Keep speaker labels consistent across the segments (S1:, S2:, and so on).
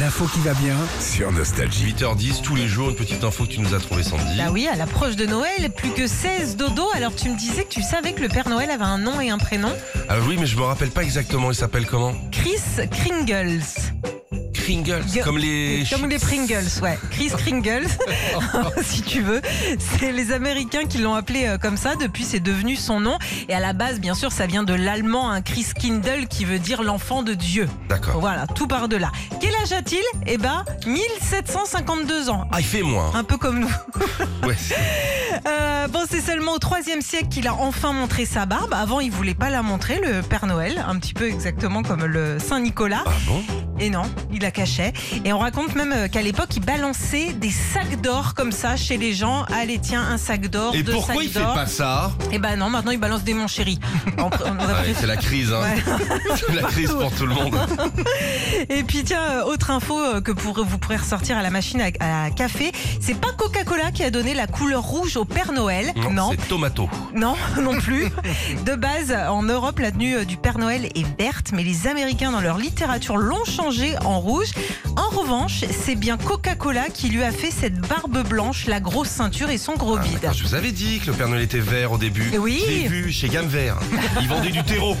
S1: L'info qui va bien sur Nostalgie.
S2: 8h10, tous les jours, une petite info que tu nous as trouvée, Sandy.
S3: Bah oui, à l'approche de Noël, plus que 16 dodos. Alors tu me disais que tu savais que le Père Noël avait un nom et un prénom.
S2: Ah oui, mais je me rappelle pas exactement, il s'appelle comment
S3: Chris Kringles.
S2: Kringles,
S3: Yo-
S2: comme les...
S3: Comme les Pringles, ouais. Chris Kringles, si tu veux. C'est les Américains qui l'ont appelé euh, comme ça. Depuis, c'est devenu son nom. Et à la base, bien sûr, ça vient de l'allemand, un Chris Kindle, qui veut dire l'enfant de Dieu.
S2: D'accord.
S3: Voilà, tout par de là. Quel âge a-t-il Eh ben, 1752 ans.
S2: Ah, il fait moins.
S3: Un peu comme nous.
S2: Ouais, c'est-
S3: Euh, bon, c'est seulement au 3 siècle qu'il a enfin montré sa barbe. Avant, il voulait pas la montrer, le Père Noël, un petit peu exactement comme le Saint Nicolas.
S2: Ah bon
S3: Et non, il la cachait. Et on raconte même euh, qu'à l'époque, il balançait des sacs d'or comme ça chez les gens. Allez, tiens, un sac d'or,
S2: Et
S3: deux
S2: pourquoi il
S3: sacs
S2: fait
S3: d'or.
S2: pas ça
S3: Et ben non, maintenant, il balance des mon chéri. On- on aurait
S2: Ouais,
S3: préféré-
S2: C'est la crise, hein. C'est la crise pour tout le monde.
S3: Et puis tiens, euh, autre info euh, que pour, vous pourrez ressortir à la machine à, à café, c'est pas Coca-Cola qui a donné la couleur rouge au Père Noël. non.
S2: C'est tomato.
S3: Non, non plus. De base, en Europe, la tenue euh, du Père Noël est verte, mais les Américains, dans leur littérature, l'ont changée en rouge. En revanche, c'est bien Coca-Cola qui lui a fait cette barbe blanche, la grosse ceinture et son gros
S2: Ah,
S3: bide.
S2: d'accord, je vous avais dit que le Père Noël était vert au début.
S3: Oui.
S2: J'ai vu chez Gamme Vert. Ils vendaient du terreau.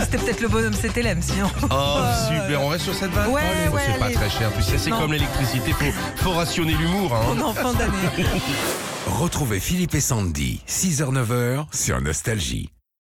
S3: C'était peut-être le bonhomme CTLM, sinon.
S2: Oh, super. On reste sur cette vanne
S3: Ouais,
S2: Oh,
S3: ouais,
S2: C'est pas
S3: allez.
S2: très cher. Tu sais, c'est
S3: Non.
S2: comme l'électricité. Faut, faut rationner l'humour, hein.
S3: On est en fin d'année.
S1: Retrouvez Philippe et Sandy, 6h-9h sur Nostalgie.